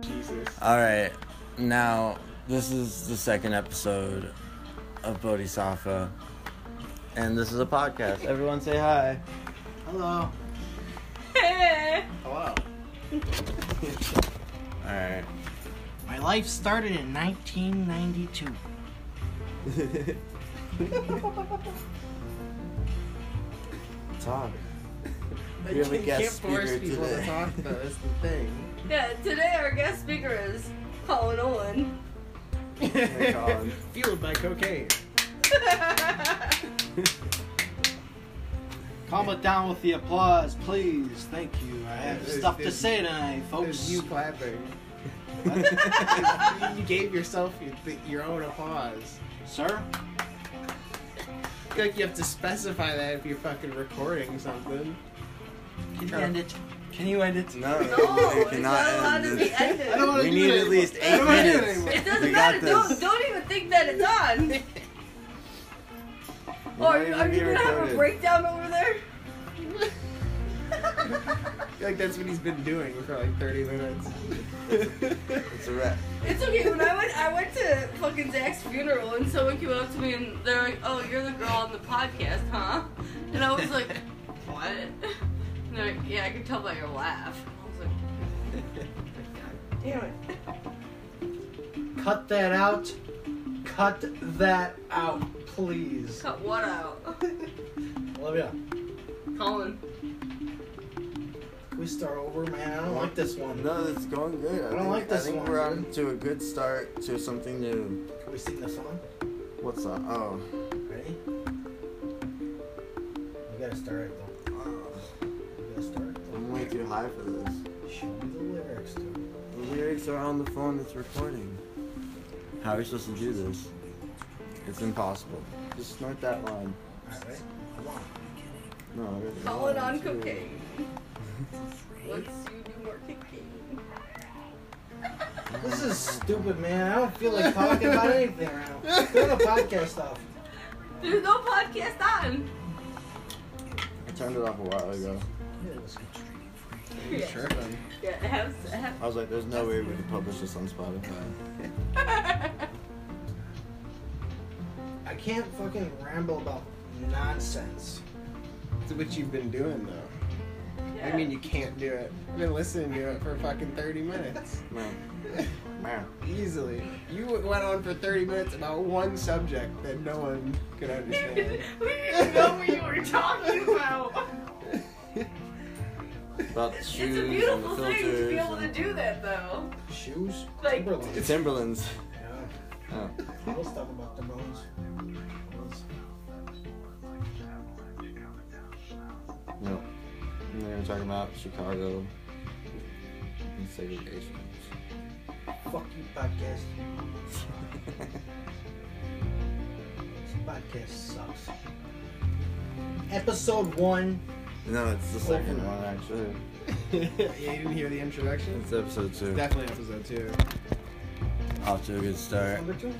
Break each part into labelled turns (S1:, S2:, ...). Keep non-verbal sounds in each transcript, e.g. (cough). S1: Jesus.
S2: All right, now this is the second episode of Bodhisattva, and this is a podcast. Everyone say hi.
S1: Hello. Hello.
S2: (laughs) All right.
S3: My life started in 1992.
S2: (laughs) Talk.
S1: We have a
S4: You
S1: guest
S4: can't force
S1: speaker
S4: people
S1: today.
S4: to talk though, is the
S3: (laughs)
S4: thing.
S5: Yeah, today our guest speaker is Colin Owen. (laughs)
S3: Oh
S1: my God.
S4: Fueled by cocaine.
S3: Calm it down with the applause, please. Thank you. I have
S4: There's-
S3: stuff to
S4: there's-
S3: say tonight,
S4: It was
S3: folks.
S4: you clapping. (laughs) you gave yourself your, th- your own applause.
S5: (laughs)
S3: Sir?
S4: I feel like you have to specify that if you're fucking
S3: (laughs)
S4: recording something.
S3: Can you
S4: Sure.
S3: end it? Can you end it?
S2: No,
S5: no,
S2: you
S5: it's not allowed to be
S2: this.
S5: ended.
S4: I don't wanna
S2: We
S4: do
S2: need
S4: it
S2: at
S4: anymore.
S2: least
S4: I don't
S2: eight
S4: wanna do
S2: minutes.
S4: anymore.
S5: It doesn't
S2: We got
S5: matter. Don't,
S2: this.
S5: don't even think that it's on.
S2: (laughs) We're
S5: Or
S2: not even
S5: are you
S2: being
S5: gonna have a
S2: recorded.
S5: breakdown over there? (laughs)
S4: I feel like that's what he's been doing for like 30 minutes.
S2: It's a wrap.
S5: it's okay. When I went, I went to fucking Zach's funeral, and someone came up to me and they're like, "Oh, you're the girl on the podcast, huh?" And I
S2: (laughs)
S5: was like, "What?" And they're like, "Yeah, I can tell by your laugh." I was like,
S2: (laughs)
S5: "God damn it."
S3: (laughs)
S5: (laughs)
S3: Cut that out. Cut that out, please.
S5: Cut what
S2: (laughs)
S5: out?
S3: Olivia,
S5: Colin.
S3: we start over, man. I don't like this one.
S2: No, it's going good. I,
S3: don't
S2: think,
S3: like this
S2: I think
S3: one,
S2: we're
S3: dude.
S2: on to a good start to something new.
S3: Can we sing the song?
S2: What's up? Oh.
S3: Ready? We gotta start it, though. We gotta start it.
S2: I'm way too high for this.
S3: though. Show me the lyrics, dude.
S2: The lyrics are on the phone that's recording. How are we supposed to do this? It's impossible. Just snort that line.
S3: Alright, come on.
S2: No, I gotta-
S5: Colin on
S2: Two.
S5: cocaine. Let's you do more cocaine.
S3: This is stupid, man. I don't feel like talking about anything right now. Turn the podcast off.
S5: There's no podcast on.
S2: I turned it off a while ago.
S5: Yeah,
S4: Sure. then.
S5: yeah, have, have.
S2: I was like, there's no way we could publish this on Spotify. (laughs)
S3: I can't fucking ramble about nonsense.
S4: It's what you've been doing though. I
S5: Yeah.
S4: mean, you can't do it. I've been listening to it for fucking 30 minutes.
S2: (laughs) Man. Man.
S4: Easily. You went on for 30 minutes about one subject that no one could
S5: (laughs) we didn't (laughs)
S4: understand.
S5: even know what you were talking about.
S2: About the
S5: It's
S2: shoes
S5: a beautiful
S2: and the
S5: thing to be
S2: filters
S5: able to
S2: and-
S5: do that, though.
S3: Shoes?
S5: Like-
S3: Timberlands.
S2: Timberlands.
S3: Yeah.
S2: Oh.
S3: All stuff about the bones.
S2: No. And they were talking about Chicago and segregation.
S3: Fuck you, podcast. This podcast sucks. Episode one.
S2: (laughs) no, it's the second one actually.
S4: yeah, you didn't hear the introduction?
S2: It's episode two.
S4: Definitely episode two.
S2: Off to a good start.
S3: Number two.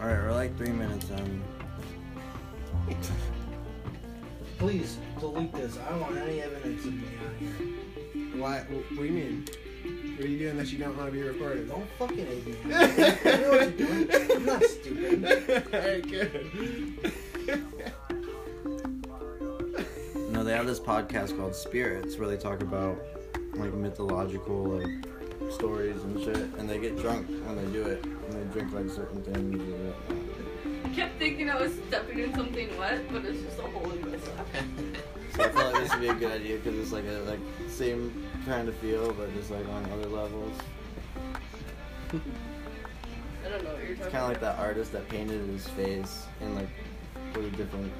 S2: Alright, we're like three minutes in.
S3: Please delete this. I don't want any evidence of me on here.
S4: Why? What do you mean? What are you doing that you don't want to be recorded? (laughs)
S3: Don't fucking hate me. I know what you're doing. I'm not stupid.
S4: Alright, good.
S2: No, they have this podcast called Spirits where they talk about like mythological like stories and shit, and they get drunk when they do it, and they drink like certain things. And whatnot.
S5: I kept thinking I was stepping in something wet, but it's just a hole in my sock.
S2: so I felt like this would be a good idea because it's like a like same kind of feel, but just like on other levels.
S5: I don't know what you're
S2: It's
S5: talking
S2: kind of like
S5: about.
S2: that artist that painted his face in like really different,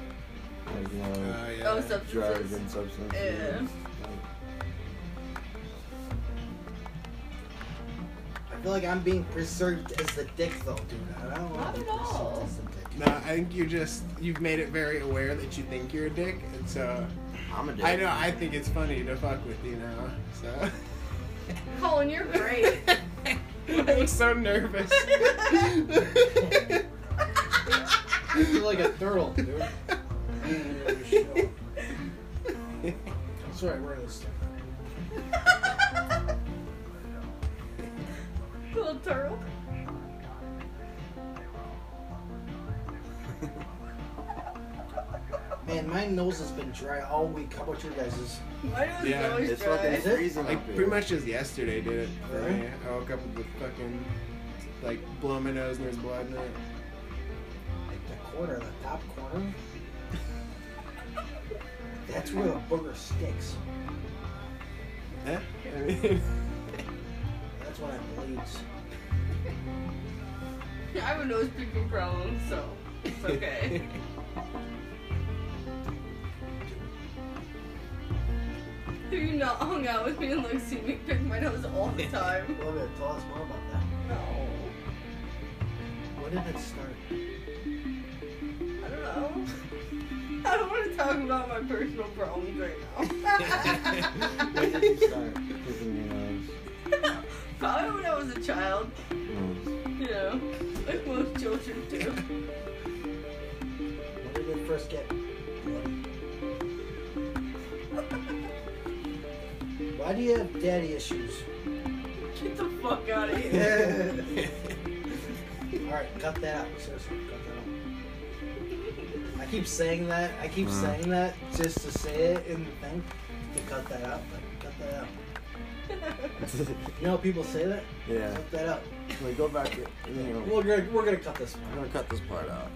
S2: like you
S4: Oh,
S2: know,
S4: yeah.
S5: Oh,
S2: drugs
S5: substances.
S2: and substances.
S5: Yeah.
S2: Like,
S3: I feel like I'm being preserved as the dick, though, dude. I don't
S5: Not
S3: want to be
S5: at all.
S3: preserved as the dick.
S4: No, I think you're just, you've made it very aware that you think you're a dick, and so,
S2: I'm a dick.
S4: I know, I think it's funny to fuck with you now, so. (laughs)
S5: Colin, you're great.
S4: I was so nervous.
S3: I feel like a turtle, dude. That's right, wear this stuff.
S5: Little turtle.
S3: Man, my nose has been dry all week. How about your guys's?
S5: Why do his
S4: Yeah,
S5: nose
S2: It's
S5: dry?
S2: fucking freezing
S4: Like
S2: up here.
S4: pretty
S2: (laughs)
S4: much just yesterday did it. for
S3: Really?
S4: me. I woke up with the fucking like blow my nose and there's blood in it.
S3: Like the corner, the top corner. That's where the booger sticks.
S4: Eh? I mean,
S3: That's when it bleeds.
S5: (laughs) I have a nose bleeding problem, so
S2: (laughs)
S5: it's okay. Have you not hung out with me and like seen me pick my nose all
S2: (laughs)
S5: the time?
S3: Love it. Tell us more about that.
S5: No.
S3: When did it start? (laughs)
S5: I don't know. (laughs) I don't want to talk about my personal problems right now. (laughs)
S2: When did you start picking your nose?
S5: Probably when I was a child,
S2: Nose.
S5: you know, like most children do.
S3: When did it first get bloody? Why do you have daddy issues?
S5: (laughs) Get the fuck out of here.
S3: (laughs)
S5: (laughs)
S3: Alright, cut that out. Seriously, cut that out. I keep saying that. I keep
S2: Mm.
S3: saying that just to say it in the thing. To cut that out. Like, cut that out. You know how people say that?
S2: (laughs) yeah.
S3: Cut that out.
S2: Like go back. You know,
S3: We're gonna, we're gonna cut this
S2: I'm
S3: one.
S2: gonna cut this part out.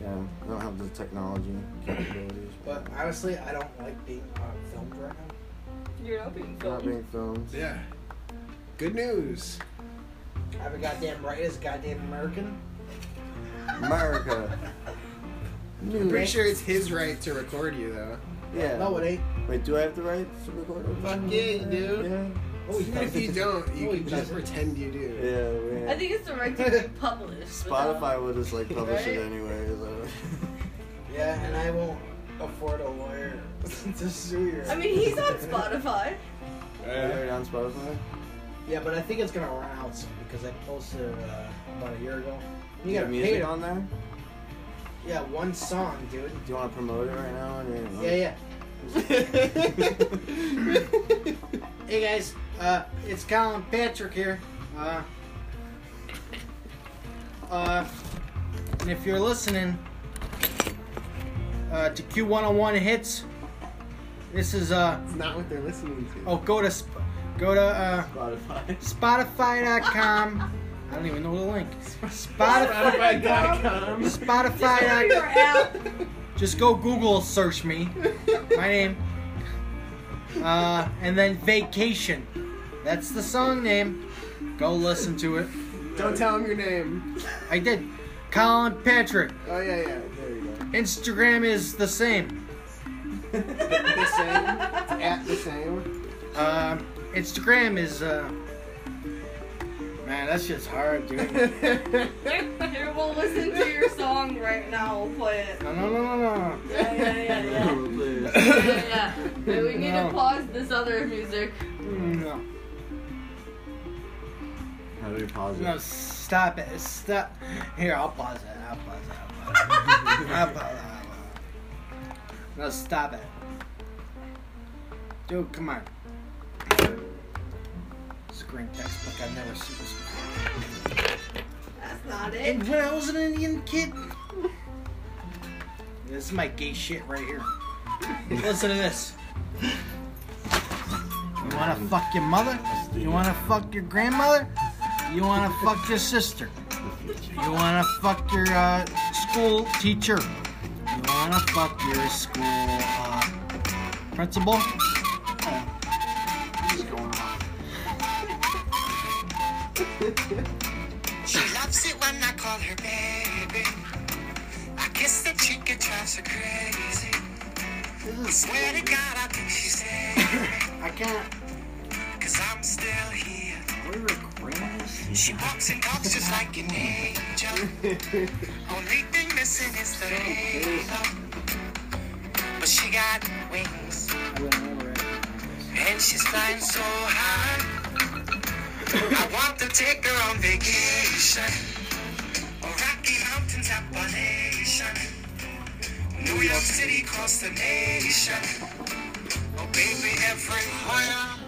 S2: Yeah, I don't have the technology capabilities.
S3: But honestly, I don't like being uh, filmed right now.
S5: You're not being
S2: It's not
S5: filmed.
S2: being filmed.
S4: (laughs) yeah. Good news.
S3: I have a goddamn right as a goddamn American.
S2: America.
S4: I'm pretty sure it's his right to record you though.
S2: Yeah.
S3: No, it ain't.
S2: Wait, do I have the rights to record? it?
S4: Fuck yeah, you do.
S2: Yeah.
S3: Oh, he
S4: Even if you
S3: doesn't.
S4: don't, you
S3: No, he
S4: can just
S3: doesn't.
S4: pretend you do.
S2: Yeah. We
S5: (laughs) I think it's the right to be published.
S2: Spotify will just like publish it
S5: Right?
S2: anyway. So.
S3: Yeah, and I won't afford a lawyer (laughs) to sue you.
S5: I mean, he's
S3: (laughs)
S5: on
S2: (laughs)
S5: Spotify.
S2: Are you already on Spotify?
S3: yeah, but I think it's gonna run out soon because I posted uh, about a year ago. You
S2: You
S3: gotta
S2: got
S3: pay
S2: music
S3: it.
S2: on there?
S3: Yeah, one song, dude.
S2: Do you want to promote it right now? Or
S3: Yeah, yeah. Hey guys, uh, it's Colin Patrick here. Uh, uh, and if you're listening uh, to Q101 hits, this is uh
S4: It's not what they're listening to.
S3: oh go to sp- go to uh,
S2: Spotify.
S3: Spotify.com. I don't even know the link. Spotify.
S4: Spotify.com.
S5: Or your
S3: Spotify.
S2: (laughs)
S5: app.
S3: Just go Google search me. My name. Uh, and then Vacation. That's the song name. Go listen to it.
S4: Don't tell him your name.
S3: I did. Colin Patrick.
S4: Oh yeah, yeah. There you go.
S3: Instagram is the same.
S4: The same. It's at the same.
S3: Um, Instagram is, uh. Man, that's just hard, dude.
S5: (laughs)
S4: (laughs)
S5: Here, we'll listen to your song right now. We'll play it.
S3: No, no, no, no, no.
S5: Yeah, yeah, yeah, yeah.
S2: (laughs) Please.
S5: yeah, (laughs) yeah. Wait, we need
S3: No.
S5: to pause this other music.
S3: No.
S2: How do we pause it?
S3: No, stop it. Stop. Here, I'll pause it. I'll pause it. I'll pause it. I'll pause it. I'll pause it. No, stop it. Dude, come on. Screen textbook. I've never seen this before.
S5: That's not it.
S3: And when I was an Indian kid. This is my gay shit right here. Listen to this. You wanna fuck your mother? You wanna fuck your grandmother? You wanna fuck your sister? You wanna fuck your uh, school teacher? You wanna fuck your school uh, principal? Uh, what's going on?
S6: She loves it when I call her baby. I kiss the cheek, it drives her crazy. Swear to God, I think she's there.
S3: I can't.
S6: Cause I'm still here.
S3: Are we recording this?
S6: She walks and talks just like an angel. Only thing missing is the halo. But she got wings.
S3: I would never recognize this.
S6: And she's flying so high. I want to take her on vacation. Or Rocky Mountains Appalachian. New York City across the nation. Oh, higher.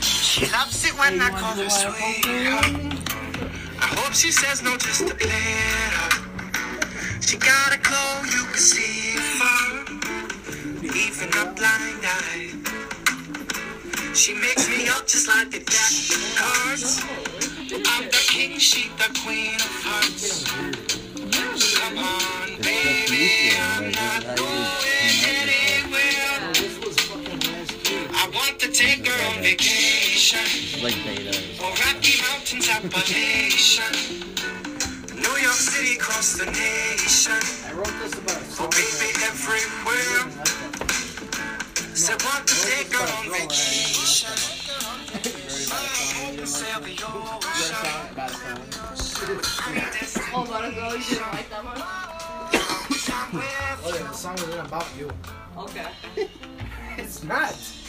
S6: She loves it when I call her sweetheart. I hope she says no just to play it up. She got a glow you can see far, even a blind eye. She makes me up just like the deck of cards. I'm the king, she the queen of hearts. Come on, baby, I'm not going anywhere. I want to take her on vacation.
S2: Like beta.
S6: Or Rocky Mountains, Appalachian. New York City, across the nation.
S1: I wrote this about a song.
S6: Oh, baby, everywhere. Said, want to take her on vacation. Sail, sail the ocean.
S4: song about a song.
S5: All about a girl you didn't like that much?
S3: Oh, yeah, the song was about you.
S5: Okay.
S3: (laughs) It's not. Shit.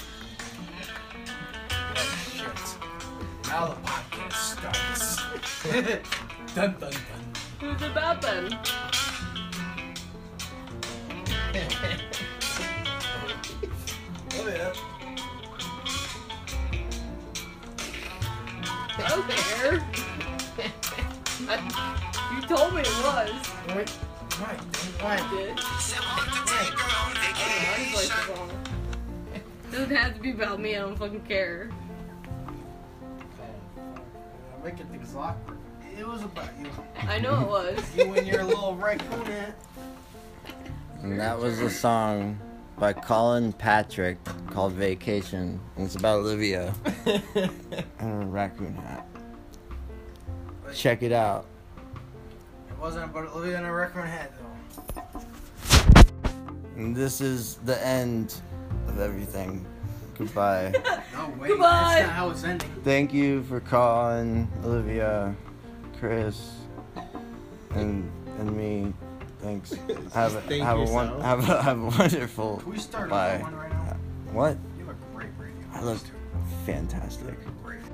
S3: Now the podcast starts. (laughs) dun dun dun.
S5: Who's it about then?
S3: Oh yeah.
S5: Go there. (laughs) I- you told me it was.
S3: Wait. Right. Right.
S5: Did.
S6: Said, want to take her on
S5: I just like
S6: vacation.
S5: the song. Doesn't have to be about me. I don't fucking care.
S3: I'm making uh, things awkward. It was about you.
S5: I know it was.
S3: You and your little raccoon hat.
S2: And that was a song by Colin Patrick called Vacation. And it's about Olivia (laughs) and her raccoon hat. Check it out.
S3: It wasn't about Olivia and her raccoon hat though.
S2: And this is the end of everything. Goodbye.
S3: No way.
S5: Goodbye.
S3: That's not how it's ending.
S2: Thank you for calling Olivia, Chris, and and me.
S3: (laughs)
S2: Thanks. Have a,
S4: Thank
S2: have a
S4: yourself.
S2: one, have a have a wonderful.
S3: Can we start
S2: Bye.
S3: another one right now?
S2: What?
S3: You have a great radio.
S2: I look fantastic.
S3: Great.